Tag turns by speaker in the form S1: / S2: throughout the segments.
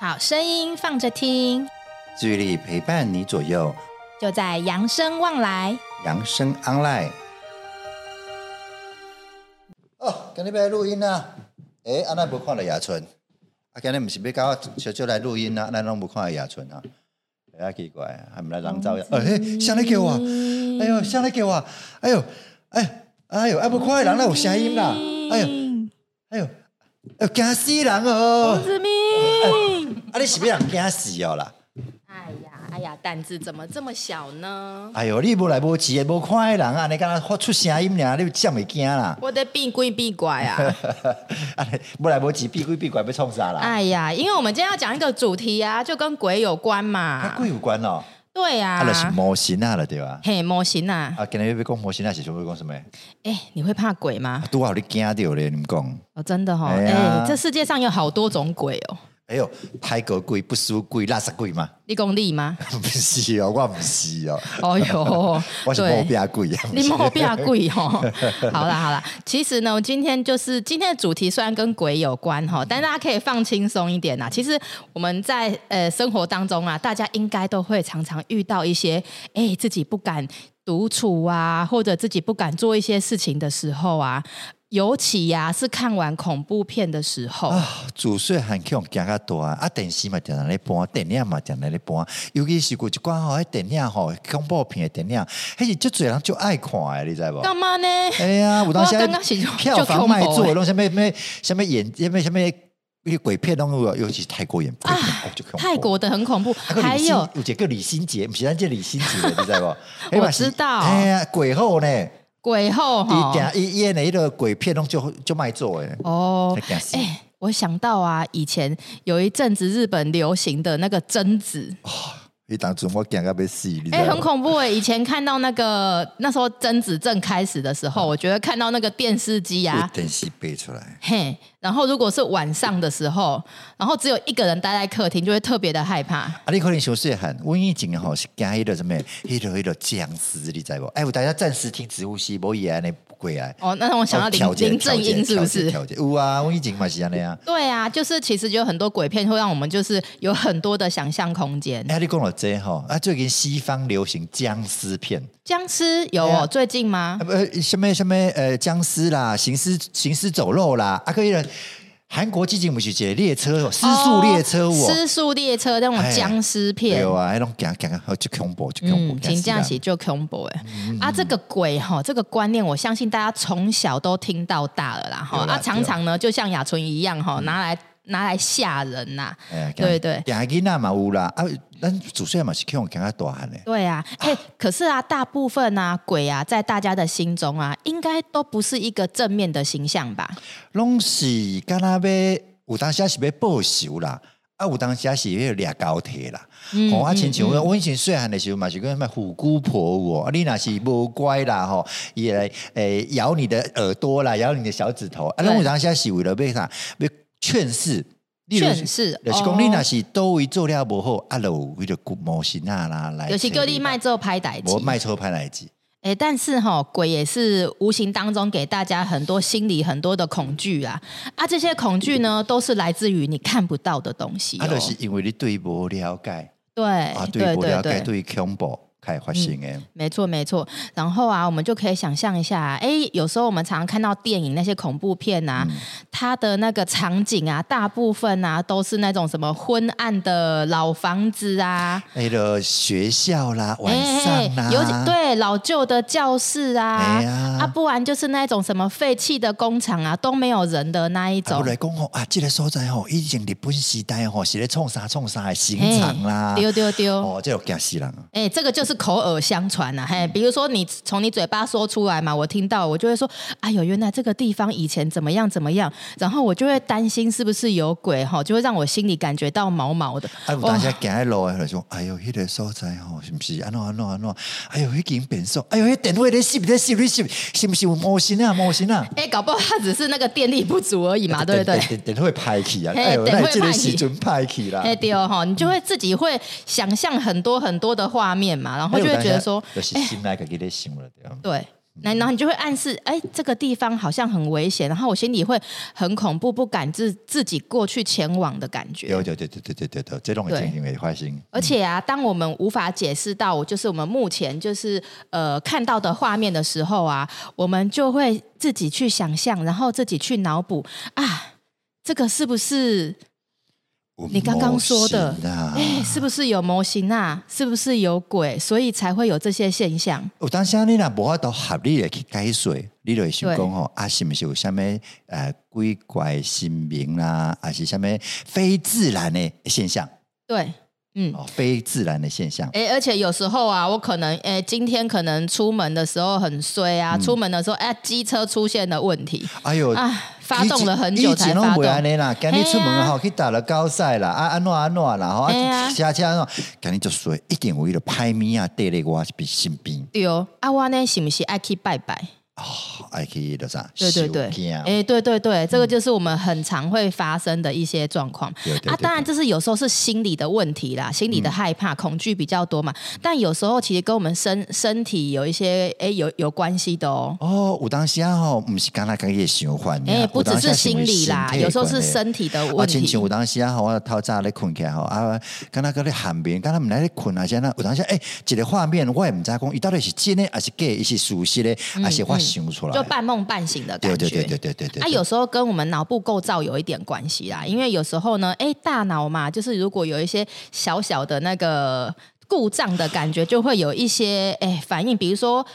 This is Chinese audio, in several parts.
S1: 好声音放着听，
S2: 治愈力陪伴你左右，
S1: 就在扬声望来。
S2: 扬声 online。哦，今日要来录音啊！诶，安那无看到亚春，啊，今日毋是要甲我小小来录音啊，咱拢无看到亚春啊，有点奇怪，啊，还毋来人走
S1: 哦
S2: 呀？哎、嘿，谁来叫我？
S1: 嗯
S2: 哎呦，谁来叫我？哎呦，哎，哎呦，啊，无看到人哪有声音啦？哎呦，哎呦，哎呦，惊死人哦！
S1: 子明，
S2: 啊，你是要人惊死哦啦？
S1: 哎呀哎呀，胆子怎么这么小呢？
S2: 哎呦，你无来无去的，无看的人啊，你敢若发出声音尔，你有占袂惊啦？
S1: 我的病归病怪啊！
S2: 啊，无来无去，闭鬼闭怪要创啥啦？
S1: 哎呀，因为我们今天要讲一个主题啊，就跟鬼有关
S2: 啊，
S1: 嘛。
S2: 鬼有关哦，
S1: 对呀、
S2: 啊，就是魔神啊了，对吧？
S1: 嘿，模型啊，
S2: 啊，今日要讲魔神啊，是想要讲什么？
S1: 哎、你会怕鬼吗？
S2: 拄好你惊着咧，你们讲。
S1: 哦，真的哈、哦，哎、
S2: 哎呀
S1: 这世界上有好多种鬼哦。
S2: 哎呦，泰国鬼、不输鬼、垃圾鬼嘛？
S1: 你功力吗？
S2: 不是哦，我不是哦，，
S1: 哦哟
S2: 我是
S1: 对
S2: 毛病鬼啊。
S1: 你莫变贵吼， 好啦好啦，其实呢，我今天就是今天的主题虽然跟鬼有关哈，但大家可以放轻松一点啦。啊其实我们在呃生活当中啊，大家应该都会常常遇到一些哎、自己不敢独处啊，或者自己不敢做一些事情的时候啊，尤其呀、是看完恐怖片的时候，
S2: 啊，自细汉去互惊较大啊！电视嘛定定咧播，电影嘛定定咧播，尤其是有一寡吼，迄电影吼，恐怖片的电影，迄是足侪人足爱看的，你知无？
S1: 干嘛呢？
S2: 哎呀，有当时
S1: 我刚刚是就
S2: 票
S1: 就
S2: 房卖
S1: 恐怖
S2: 座，
S1: 欸
S2: 拢什么什么什么演，什么什么那个鬼片拢有，尤其是泰国演鬼片，哦就恐怖
S1: 啊
S2: 啊
S1: 泰国的很恐 怖，还
S2: 还有李心
S1: 有
S2: 有一个李心洁，不是咱这李心洁，你 知道不？
S1: 我知道
S2: 哎呀，鬼后呢，
S1: 鬼后哈
S2: 伊。定伊演的那个鬼片拢就就卖座诶，
S1: 哦，
S2: 太
S1: 哎、
S2: 惊死
S1: 我想到啊，以前有一阵子日本流行的那个贞子，
S2: 哦伊当初我惊到要死，你知
S1: 哎、
S2: 道
S1: 很
S2: 吗？
S1: 恐怖哎、以前看到那个那时候贞子正开始的时
S2: 嗯
S1: 候，我觉得看到那个电视机
S2: 有
S1: 啊。
S2: 电视背出来，
S1: 嘿，然后如果是晚上的时候，然后只有一个人待在客厅，就会特别的害怕。
S2: 啊，你可能想细汉，阮以前吼是惊迄个什么，迄个迄个僵尸，你知无？哎，有大家暂时停止呼吸，无伊安尼鬼来。
S1: 哦，那我想到
S2: 调节
S1: 林林正英是不是？
S2: 调节调节有啊，我以前嘛是安尼啊。
S1: 对啊，就是其实有很多鬼片会让我们就是有很多的想象空间。
S2: 哎、你讲到这吼、啊，最近西方流行僵尸片，
S1: 僵尸有
S2: 对
S1: 哦，
S2: 啊
S1: 最近吗
S2: 啊？呃，什么什么呃，僵尸啦，行尸行尸走肉啦，啊，可以人韩国之前不是有一个列车哦，失速列车哎哦，
S1: 失速列车那种僵尸
S2: 对
S1: 片。
S2: 啊，那种行行啊，就恐怖就恐怖，
S1: 嗯，
S2: 惊
S1: 请
S2: 死
S1: 假
S2: 人
S1: 起就恐怖哎！
S2: 嗯
S1: 啊，这个鬼哈，这个观念我相信大家从小都听到大了啦哈。
S2: 有啦
S1: 啊，常常呢，就像雅纯一样哈，拿来拿来吓人呐。
S2: 哎呀
S1: 对对
S2: 惊囡仔嘛有啦，啊，咱祖先嘛是去互惊到大汉的。
S1: 对啊，哎，可是啊，大部分啊鬼啊，在大家的心中啊，应该都不是一个正面的形象吧？
S2: 拢是敢若要有当时是要报仇啦，啊有当时是要掠高铁啦。
S1: 嗯
S2: 吼、啊，亲像我以前细汉的时候嘛，是讲什么虎姑婆有哦，啊你若是无乖啦吼，伊会来诶咬你的耳朵啦，咬你的小指头，啊，
S1: 对
S2: 咱有当时是为了要啥？要劝世。例如
S1: 劝世
S2: 就是
S1: 哦
S2: 讲你若是倒位做了无好，啊，就有迄个骨毛神啊啦来找你啦。
S1: 有些各地卖之后拍歹啊
S2: 无
S1: 机，
S2: 卖错歹代志。
S1: 哎、但是哈、鬼也是无形当中给大家很多心里很多的恐惧啊啊，这些恐惧呢，都是来自于你看不到的东西、哦。
S2: 啊，就是因为你对无了解，
S1: 对、
S2: 啊，
S1: 对
S2: 对无了
S1: 对对，
S2: 解，
S1: 嗯
S2: 对恐怖开发生诶。
S1: 没错没错。然后啊，我们就可以想象一下、哎、有时候我们常常看到电影那些恐怖片啊，
S2: 嗯
S1: 它的那个场景啊，大部分啊都是那种什么昏暗的老房子啊，
S2: 哎那个学校
S1: 哎
S2: 啦，晚上啦，啊
S1: 尤其对老旧的教室啊，
S2: 哎呀
S1: 啊，不然就是那种什么废弃的工厂啊，都没有人的那一
S2: 啊。
S1: 种
S2: 我。来讲吼，啊，这个所在吼，以前日本时代吼是咧创啥创啥的刑场啦，
S1: 哎丢丢丢！
S2: 哦，这有惊死人啊！
S1: 哎、这个就是口耳相传呐、啊，嘿，比如说你从你嘴巴说出来嘛，我听到我就会说，哎呦，原来这个地方以前怎么样怎么样，然后我就会担心是不是有鬼哈，就会让我心里感觉到毛毛的。哦
S2: 啊，有当时行在路诶，就说，哎哟，迄个所在吼，是毋是安怎安怎安怎？哎哟，迄间变数，哎哟，迄电话咧翕咧翕咧翕，是毋是有魔神啊魔神啊？
S1: 哎、搞不好它只是那个电力不足而已嘛，啊对不对？
S2: 电电电话歹去啊！
S1: 嘿
S2: 哎哟，
S1: 电
S2: 那
S1: 话
S2: 这个
S1: 歹去
S2: 时阵歹去啦。
S1: 哎对哦哈，你就会自己会
S2: 哎
S1: 想象很多很多的画面嘛，然后就会觉得说，哎
S2: 就是心内家己咧想了对啊。
S1: 对，那然后你就会暗示，哎，这个地方好像很危险，然后我心里会很恐怖，不敢自自己过去前往的感觉。
S2: 对对对对对对对对，这种情形会发生。
S1: 而且啊，当我们无法解释到，就是我们目前就是呃看到的画面的时候啊，我们就会自己去想象，然后自己去脑补啊，这个是不是你刚刚说的
S2: 有模型啊
S1: 哎、是不是有模型啊？是不是有鬼？所以才会有这些现象。
S2: 有当时啊你若无法度合理的去解释，你就会想讲吼，啊是毋是有啥物呃鬼怪神明啦，啊是啥物非自然的现象
S1: 对，嗯，
S2: 哦，非自然的现象。
S1: 哎、而且有时候啊，我可能哎、今天可能出门的时候很衰
S2: 嗯
S1: 啊，出门的时候哎，机、车出现了问题，
S2: 哎呦，
S1: 啊，发动了很久
S2: 以
S1: 才
S2: 前
S1: 发
S2: 拢
S1: 动
S2: 袂。安尼啦，今日出门
S1: 嘿啊
S2: 吼去打了高赛啦，啊安怎安怎啦，吼
S1: 嘿啊
S2: 啊下车安怎，今日就衰，一定有迄个歹物啊，缀咧我身边，
S1: 对哦，啊，我呢是不是爱去拜拜？
S2: 哦，爱去就啥，
S1: 对对对
S2: 受，惊嗯
S1: 哎、对对对，这个就是我们很常会发生的一些状况、
S2: 对对对
S1: 啊。当然，这是有时候是心理的问题啦，心理
S2: 嗯
S1: 的害怕、恐惧比较多嘛。但有时候其实跟我们身身体有一些哎、有有关系的哦。
S2: 哦，有当时啊吼，毋是干那家己的想法尔，
S1: 哎、不
S2: 有
S1: 只
S2: 当时
S1: 是
S2: 啊因
S1: 心
S2: 为
S1: 理啦，
S2: 身体的
S1: 有时候
S2: 关
S1: 是
S2: 系
S1: 身体的
S2: 啊，
S1: 问
S2: 亲
S1: 题
S2: 像。有当时啊，吼，我透早咧困起来吼，啊，敢若搁咧喊眠，敢若毋知咧困啊，啥呐？有当时诶、一个画面我也毋知讲，伊到底是真诶还是假的，伊是事实诶还是我想出来的？
S1: 嗯就半梦半醒的感
S2: 对
S1: 觉。
S2: 对对对对对对。
S1: 啊，有时候跟我们脑部构造有一点关系啦，因为有时候呢，哎，大脑嘛，就是如果有一些小小的那个故障的感觉，就会有一些哎反应，比如说。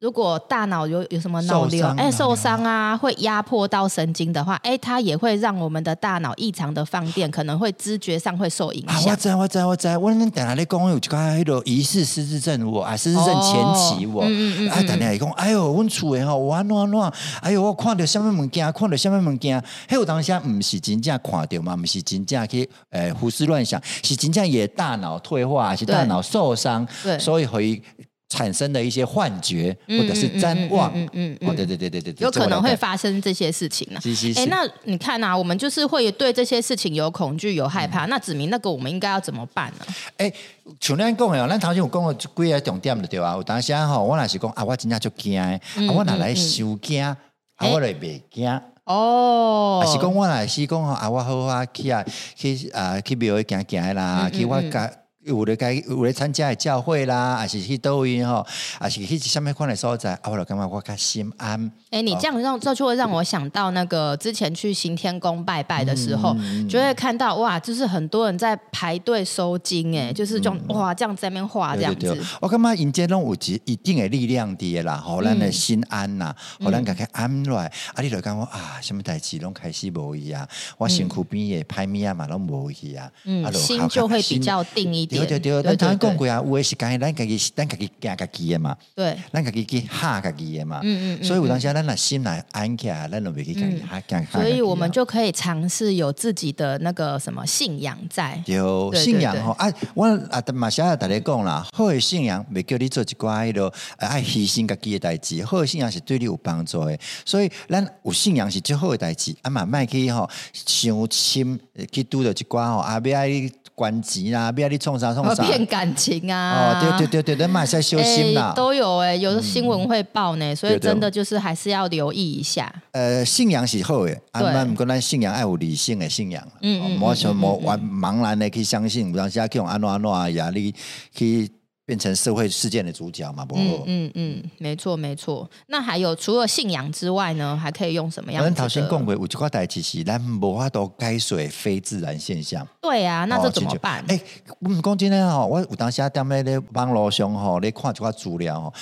S1: 如果大脑有有什么脑
S2: 受
S1: 瘤，
S2: 伤
S1: 哎，
S2: 脑
S1: 受
S2: 瘤
S1: 伤啊，会压迫到神经的话，哎，它也会让我们的大脑异常的放电，可能会知觉上会受影
S2: 啊，
S1: 响
S2: 我。知我知我知，我恁等下咧讲有一个迄落疑似失智症有无，我啊失智症前期有无，
S1: 哦嗯嗯嗯
S2: 啊等下伊讲，哎哟，阮厝诶吼，我安怎安怎，哎哟，我看着什物物件，看着什物物件，迄有当下毋是真正看着嘛，毋是真正去诶胡思乱想，是真正伊诶大脑退化，还是大
S1: 对
S2: 脑受伤
S1: 对，
S2: 所以会产生的一些幻觉
S1: 嗯
S2: 或者是谵妄，
S1: 嗯嗯嗯嗯嗯嗯
S2: 哦，对对对对对，对
S1: 有可能会，
S2: 这我了解
S1: 发生这些事情呢、
S2: 是是
S1: 哎、
S2: 是，
S1: 那你看啊，我们就是会对这些事情有恐惧、有害
S2: 嗯
S1: 怕。那子明，那个我们应该要怎么办呢、
S2: 诶、像咱讲诶，咱头先有讲过几个重点就对啊。有当时啊吼，我若是讲啊，我真正足惊诶，啊，我若来伤惊，啊，
S1: 欸
S2: 我就袂惊。啊，
S1: 哦，
S2: 是讲我若是讲吼，啊，我好好啊去啊去啊去庙行行啦，去我家。有咧该有咧参加诶教会啦，还是去倒位吼，还是去什么款诶所在，啊，我就感觉我较心安。
S1: 哎、你这样让这就会让我想到那个之前去行天宫拜拜的时
S2: 嗯
S1: 候，就会看到哇，就是很多人在排队收金、
S2: 嗯
S1: 哎，就是这样、哇，这样在那边画啊这样子，
S2: 我感觉因这拢有一一定的力量伫诶啦，
S1: 嗯
S2: 互咱的心安呐，互咱家己安落来。啊，你就感觉啊，什物代志拢开始无去啊，我身躯边的歹物啊嘛拢无去啊，啊
S1: 嗯，
S2: 就
S1: 心
S2: 好
S1: 就会比
S2: 心
S1: 较定一点。
S2: 对对对，
S1: 对
S2: 咱头先
S1: 对
S2: 讲过啊，有诶是讲咱家己咱家己惊家己的嘛，
S1: 对
S2: 咱家己去吓家己的嘛，
S1: 嗯嗯嗯嗯
S2: 所以有当时咱若心内安起来，咱就袂去家己啊吓惊。
S1: 所以我们就可以尝试有自己的那个什么信仰在。
S2: 有
S1: 对对
S2: 信仰
S1: 对
S2: 吼，啊，我啊，马上也逐日讲啦，好的信仰袂叫你做一寡迄落呃爱牺牲家己的代志，好的信仰是对你有帮助的，所以咱有信仰是最好的代志，啊嘛，莫去吼伤深呃去拄着一寡吼，啊，要爱你捐钱啦，要爱你创啥创
S1: 呃
S2: 啥，
S1: 骗感情啊！
S2: 哦，对对对对，咱嘛是要小心啦
S1: 哎。都有哎、有的新闻会报呢、所以
S2: 对对
S1: 真的就是还是要留意一下。
S2: 呃，信仰是好的，啊，
S1: 对
S2: 咱毋过咱信仰爱有理性的信仰，
S1: 嗯
S2: 哦
S1: 嗯
S2: 莫像莫完茫然的去相信，有当时啊去用安怎安怎啊，压力去变成社会事件的主角嘛，无
S1: 嗯
S2: 好。
S1: 嗯嗯，没错没错。那还有除了信仰之外呢，还可以用什么样子
S2: 咱
S1: 的？
S2: 头先讲过有一款代志是咱无法度解释的非自然现象。
S1: 对啊，那这怎么
S2: 哦
S1: 办？
S2: 真少哎、我们讲真诶吼，我有当时啊，踮咧咧网络上吼，咧看一寡资料吼，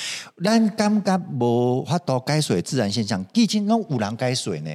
S2: 咱感觉无法度解释的自然现象，毕竟拢有人解释呢。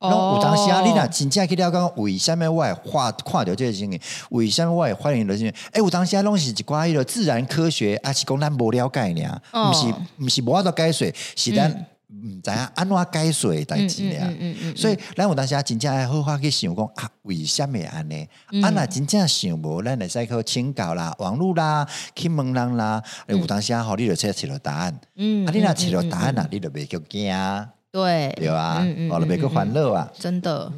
S2: 拢有当
S1: 哦
S2: 时啊，你若真正去了解，为什么我会看看到这个情形？为什么我会发现到这个？哎、有当时啊，拢是一寡迄落自然科学，啊是讲咱无了解尔，毋、
S1: 哦
S2: 是毋是无法度解释，是咱毋知影安怎解释的代
S1: 嗯
S2: 志
S1: 嗯
S2: 尔。
S1: 嗯嗯嗯，
S2: 所以咱有当时啊，真正爱好好去想讲啊，为什么安尼？
S1: 嗯
S2: 啊，若真正想无，咱会使去请教啦、网络啦、去问人啦。有当时啊，吼，你就找找到答案。
S1: 嗯
S2: 啊，你若
S1: 嗯
S2: 找到答案啊，你就袂叫惊啊，
S1: 对
S2: 对吧
S1: 嗯？嗯
S2: 哦，就
S1: 嗯
S2: 袂叫
S1: 嗯
S2: 烦恼啊。
S1: 真的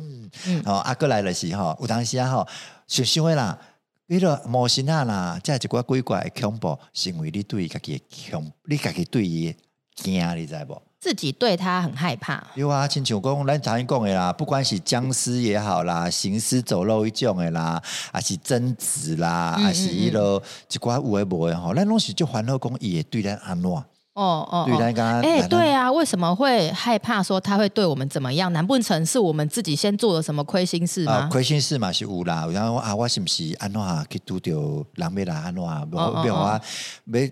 S2: 哦，啊，过来就是吼，有当时啊吼，想想诶啦。迄落模型啊啦，即一寡鬼怪的恐怖，是因为你对家己的恐，你家己对伊的惊，你知无？
S1: 自己对他很害怕。
S2: 有啊，亲像讲咱常讲的啦，不管是僵尸也好啦，行尸走肉迄种的啦，还是贞子啦，
S1: 嗯
S2: 还是迄落一寡有诶无诶吼，咱拢是就烦恼讲伊会对咱安怎，
S1: 哦哦，
S2: 对
S1: 哦
S2: 咱刚刚
S1: 哎、对啊，为什么会害怕说他会对我们怎么样？难不成是我们自己先做了什么亏心事
S2: 啊
S1: 吗？，
S2: 亏心事嘛是有啦，有人啊，我是不是安怎啊去拄着人要来安怎啊，无
S1: 哦哦
S2: 要我要要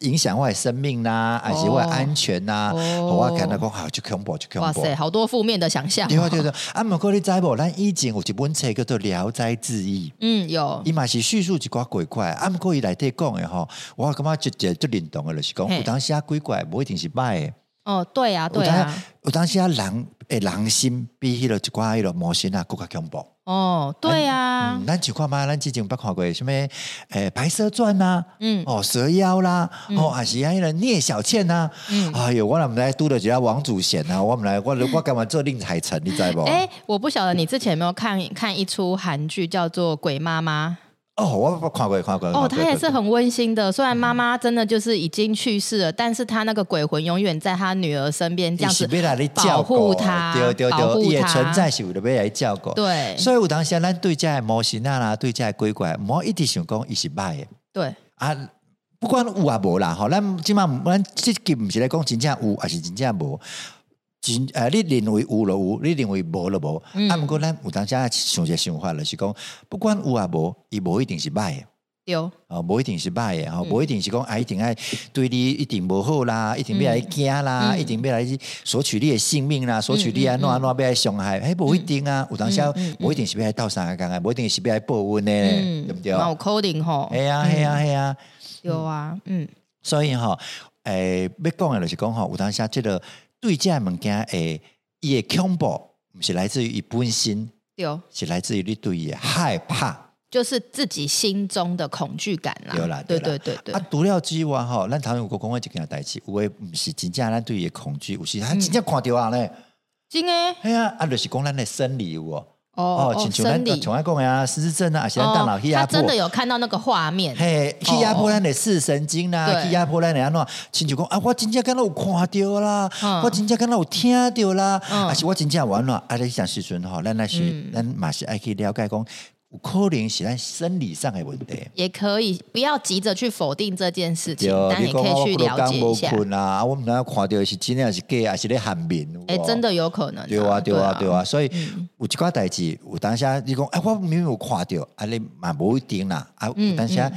S2: 影响我的生命啦，还是我的安全啦，
S1: 哦
S2: 互我感觉讲好就恐怖就恐
S1: 哇
S2: 怖。
S1: 塞，好多负面的想象、
S2: 对啊对啊对啊，啊，毋过你知无？咱以前有一本册叫做《聊斋志异》，
S1: 嗯，有
S2: 伊嘛是叙述一寡鬼怪，啊，毋过伊内底讲的吼，我感觉就就就认同的，就是讲
S1: 嘿
S2: 有当时啊鬼怪无一定是歹的。
S1: 哦，对啊，
S2: 有
S1: 对
S2: 当
S1: 啊，
S2: 有当时啊人诶人心比迄落一寡迄落魔神啊更较恐怖。
S1: 哦，对啊，
S2: 嗯，咱就看嘛，咱之前有捌看过什物诶《白蛇传》呐，
S1: 嗯
S2: 哦蛇妖啦，哦还是迄个聂小倩呐，
S1: 嗯
S2: 哎呦，我若毋知拄着一个王祖贤啊，我毋来，我我干嘛做令海城，你知 无？
S1: 哎、我不晓得你之前有没有看看一出韩剧叫做《鬼妈妈
S2: 哦，我看过看过。》
S1: 哦，
S2: 看
S1: 它
S2: 过
S1: 也是很温馨的。虽然妈妈真的就是已经去世了，但是她那个鬼魂永远在她女儿身边，这样子
S2: 伊是要来你
S1: 保
S2: 照
S1: 护
S2: 顾
S1: 她，
S2: 对对
S1: 保
S2: 对，
S1: 护
S2: 伊的
S1: 她
S2: 存在是为了要来照顾。
S1: 对
S2: 所以有当时咱对这的魔神啊啦，对这的鬼怪，毋好一直想讲伊是歹的
S1: 对，
S2: 啊。不管有啊无啦，吼，咱即嘛咱即集毋是来讲真正有，还是真正无。真呃，你认为有就有，你认为无就无。啊，毋过咱有当时啊想一个想法，就是讲，不管有啊无，伊无一定是歹的。
S1: 丢
S2: 哦，无一定是歹的吼，无一定是讲啊，一定爱对你一定无好啦，一定要来惊啦，一定要来索取你的性命啦，索取你安怎安怎要来伤害，迄无一定啊，有当时啊无一定是要来斗相共的，无一定是要来报恩的，哎对不对？
S1: 脑嗯 coding 吼
S2: 哎，呀，哎呀，哎呀，
S1: 丢啊，嗯，
S2: 所以吼，诶，要讲的就是讲吼，有当时啊，即个对这物件诶，伊的恐怖，毋是来自于伊本身，
S1: 丢，
S2: 是来自于你对伊的害怕。
S1: 就是自己心中的恐惧感啦，
S2: 对啦
S1: 对
S2: 对啦
S1: 对对
S2: 啊，除了之外吼，咱头先有讲过一件代志，有诶毋是真正咱对伊诶恐惧，有
S1: 嗯
S2: 时咱真正看着啊咧，
S1: 真的
S2: 哎呀，啊，就是讲咱诶生理有无？
S1: 哦哦，
S2: 亲
S1: 生
S2: 像咱
S1: 理
S2: 像咱讲诶啊，失智症啊，还是咱大脑
S1: 哦
S2: 去，压
S1: 他
S2: 迫
S1: 真，的有看到那个画面，
S2: 嘿，去压迫咱诶视神经啦，
S1: 对
S2: 去压迫咱诶安怎？亲像讲啊，我真正敢若有看着啦
S1: 嗯，
S2: 我真正敢若有听着啦，
S1: 嗯
S2: 啊，是我真正有安怎？啊，你想时阵吼，咱那是咱嘛是爱去了解讲，有可能是咱生理上诶问题。
S1: 也可以不要急着去否定这件事情，
S2: 对，
S1: 但
S2: 你
S1: 也
S2: 讲
S1: 可
S2: 我
S1: 以去
S2: 不
S1: 了解一下。
S2: 困啊，我们那看到的是真的是假的，还是咧喊面？有
S1: 哎、
S2: 无
S1: 真。的有可能、啊。
S2: 对啊，对啊，对
S1: 啊。
S2: 啊，所以有一寡代志，有当下你讲，哎，我明明有看到，啊，你嘛无一定啦，啊，有当下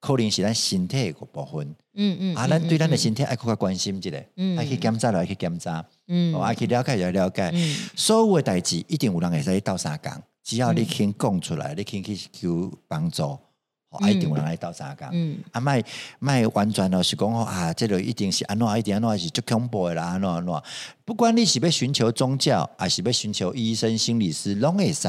S2: 可能是咱身体个部分，
S1: 嗯嗯
S2: 啊，咱对咱的身体爱更较关心一下，
S1: 嗯
S2: 爱去检查了，爱去检查，
S1: 嗯
S2: 哦，爱去了解了了解，所有的代志一定有人会使斗相共，只要你肯讲出来，你肯去求帮助，哦，啊一定有人来斗相共。
S1: 嗯
S2: 啊，卖卖完全咯，是讲吼啊，这个一定是安怎，一定安怎是足恐怖的啦，安怎安怎。不管你是要寻求宗教，还是要寻求医生、心理师，拢会使。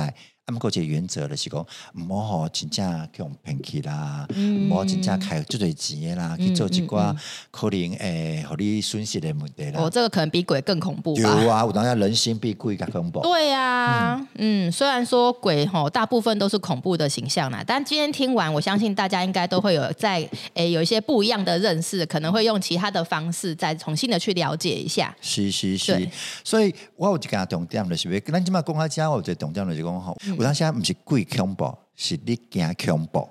S2: 啊，毋过一个原则就是讲，毋好吼真正去用骗去啦，毋好真正开足侪钱的啦，去做一寡可能诶，互你损失的问题
S1: 哦，
S2: 啦。
S1: 这个可能比鬼更恐怖
S2: 有
S1: 吧？
S2: 啊，有当下人心比鬼较恐怖。
S1: 对啊，嗯虽然说鬼吼大部分都是恐怖的形象啦，但今天听完，我相信大家应该都会有在诶、有一些不一样的认识，可能会用其他的方式再重新的去了解一下。
S2: 是是是
S1: 对，
S2: 所以我有一件重点就是要，咱即马讲到遮，我有一个重点就是讲
S1: 嗯
S2: 吼，有当时啊毋是鬼恐怖，是你惊恐怖，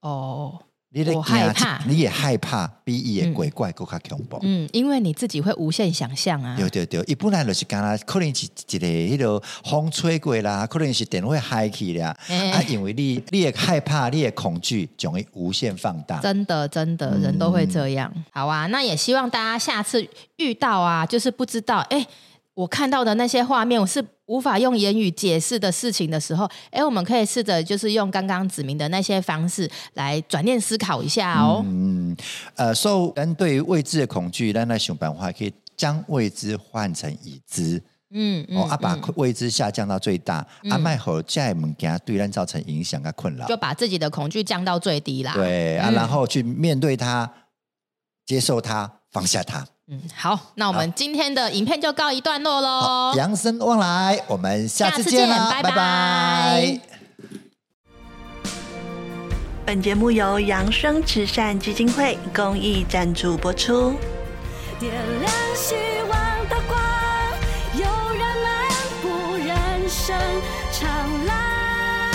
S1: 哦，
S2: 你咧
S1: 我
S2: 惊
S1: 害怕
S2: 你也害怕，比伊的鬼怪更较恐怖。
S1: 嗯，因为你自己会无限想象啊。
S2: 对对对，伊本来就是干啦，可能是一个迄落风吹过啦，可能是电话害去啦，
S1: 哎
S2: 啊，因为你你的害怕，你的恐惧，将会无限放大。
S1: 真的，真的，人都会这样。啊好啊，那也希望大家下次遇到啊，就是不知道，哎，我看到的那些画面，我是无法用言语解释的事情的时候，哎，我们可以试着就是用刚刚指明的那些方式来转念思考一下哦。
S2: 嗯，呃，所以咱对于未知的恐惧，咱来想办法可以将未知换成已知。
S1: 嗯，嗯
S2: 哦，啊，把位置下降到最大，啊，卖好这物件对咱造成影响跟困扰
S1: 就，嗯把自己的恐惧降到最低啦。，
S2: 对啊，然后去面对它，接受它，放下它。
S1: 嗯，好，那我们今天的影片就告一段落喽。
S2: 扬生望来，我们下次
S1: 哦下次
S2: 见
S1: 见
S2: 啦，
S1: 拜
S2: 拜
S1: 拜
S2: 拜
S3: 本节目由扬生慈善基金会公益赞助播出。点亮希望的光，有人漫步人生长廊，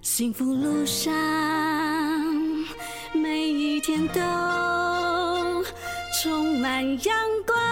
S3: 幸福路上每一天都充满阳光。